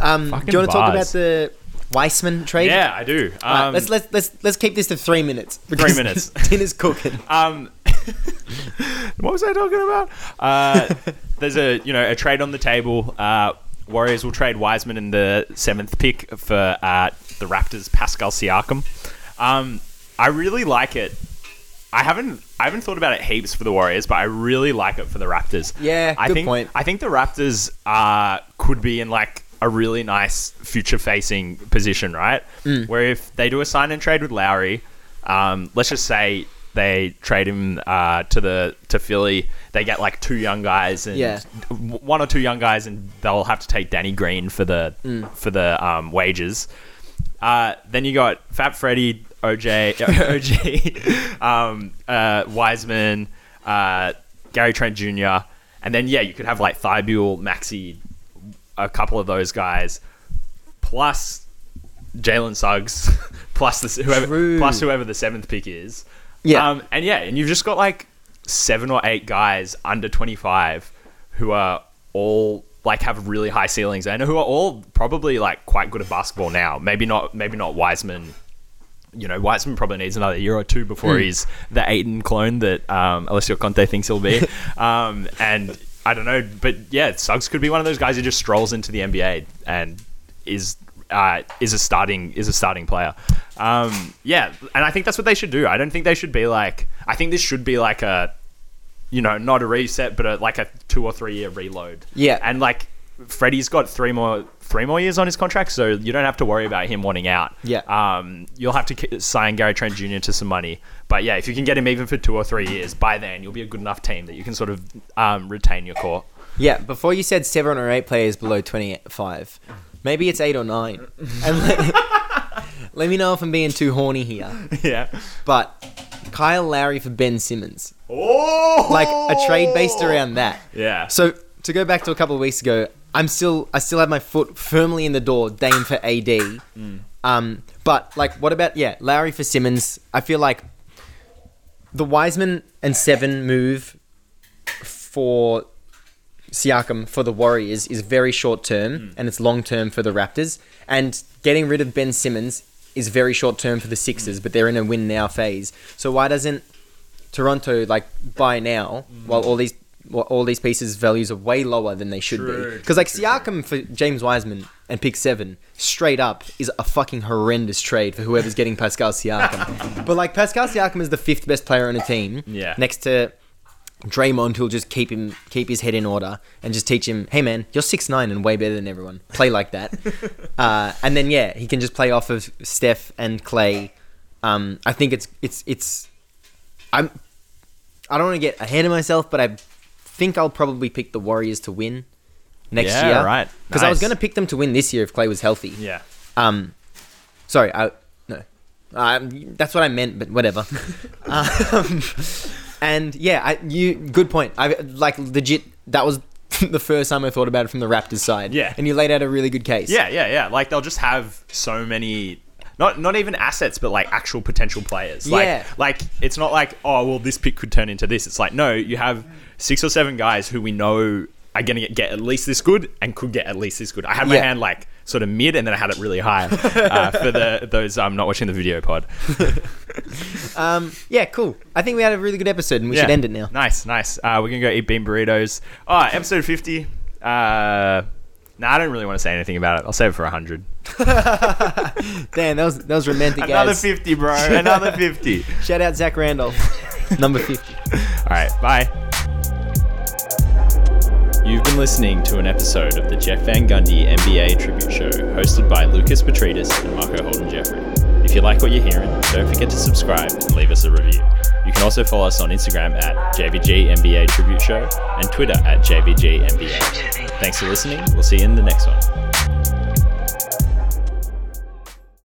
um, do you want to talk about
bars.
the Weissman trade?
Yeah, I do. Um,
All right, let's let's let's let's keep this to three minutes. because
minutes.
Dinner's cooking.
um, what was I talking about? Uh, there's a you know a trade on the table. Uh, Warriors will trade Wiseman in the seventh pick for uh, the Raptors Pascal Siakam. Um, I really like it. I haven't I haven't thought about it heaps for the Warriors, but I really like it for the Raptors.
Yeah,
I
good
think,
point.
I think the Raptors uh, could be in like a really nice future facing position, right? Where if they do a sign and trade with Lowry, um, let's just say they trade him uh, to the to Philly, they get like two young guys and
Yeah.
w- one or two young guys, and they'll have to take Danny Green for the for the um, wages. Uh, then you got Fat Freddy, OJ, OG, um, uh, Wiseman, uh, Gary Trent Jr., and then yeah, you could have like Thibault, Maxi, a couple of those guys, plus Jalen Suggs, plus this, whoever,
True.
plus whoever the seventh pick is.
Yeah.
Um, and yeah, and you've just got like seven or eight guys under 25 who are all like have really high ceilings and who are all probably like quite good at basketball now. Maybe not, maybe not Wiseman you know, Weitzman probably needs another year or two before he's the Aiden clone that um, Alessio Conte thinks he'll be. um, and I don't know, but yeah, Suggs could be one of those guys who just strolls into the NBA and is uh, is a starting is a starting player. Um, yeah, and I think that's what they should do. I don't think they should be like. I think this should be like a, you know, not a reset, but a, like a two or three year reload.
Yeah.
and like Freddie's got three more three more years on his contract, so you don't have to worry about him wanting out.
Yeah.
um, you'll have to ki- sign Gary Trent Jr. to some money, but yeah, if you can get him even for two or three years, by then you'll be a good enough team that you can sort of um, retain your core.
Yeah, before you said seven or eight players below 25. Maybe it's eight or nine. And let, let me know if I'm being too horny here.
yeah.
But Kyle Lowry for Ben Simmons.
Oh,
Like a trade based around that.
Yeah.
So to go back to a couple of weeks ago, I'm still I still have my foot firmly in the door, Dame for AD. Um, but like, what about yeah, Lowry for Simmons? I feel like the Wiseman and Seven move for Siakam for the Warriors is very short term, and it's long term for the Raptors. And getting rid of Ben Simmons is very short term for the Sixers, but they're in a win now phase. So why doesn't Toronto like buy now
Mm.
while all these while all these pieces values are way lower than they should be?
True,
Because like Siakam for James Wiseman and pick seven straight up is a fucking horrendous trade for whoever's getting Pascal Siakam. but like Pascal Siakam is the fifth best player on a team.
Yeah.
Next to Draymond who'll just keep him keep his head in order and just teach him, hey man, you're six nine and way better than everyone. Play like that. uh, and then yeah, he can just play off of Steph and Clay. Um, I think it's it's it's I'm I don't want to get ahead of myself, but I think I'll probably pick the Warriors to win next
Yeah,
year.
right.
Because I was
Nice.
gonna pick them to win this year if Clay was healthy.
yeah.
Um, sorry, I no, um, that's what I meant, but whatever. um, and yeah, I, you good point. I like legit. That was the first time I thought about it from the Raptors side.
Yeah.
and you laid out a really good case.
Yeah, yeah, yeah. Like they'll just have so many not not even assets, but like actual potential players. Like
Yeah.
like it's not like, oh well this pick could turn into this. It's like, no, you have six or seven guys who we know are gonna get, get at least this good and could get at least this good. I had my
Yeah.
hand like sort of mid and then I had it really high uh, for the those um not watching the video pod.
yeah, cool. I think we had a really good episode, and we should
Yeah.
end it now.
Nice, nice. Uh, we're gonna go eat bean burritos. Oh, episode fifty. Uh no, I don't really want to say anything about it. I'll save it for 100.
Damn, that was that was romantic.
Another
as.
50, bro. Another 50.
Shout out Zach Randolph, number fifty.
All right, bye. You've been listening to an episode of the Jeff Van Gundy NBA Tribute Show, hosted by Lucas Petridis and Marco Holden Jeffrey. If you like what you're hearing, don't forget to subscribe and leave us a review. You can also follow us on Instagram at JVG NBA Tribute Show and Twitter at JVG NBA. Thanks for listening. We'll see you in the next one.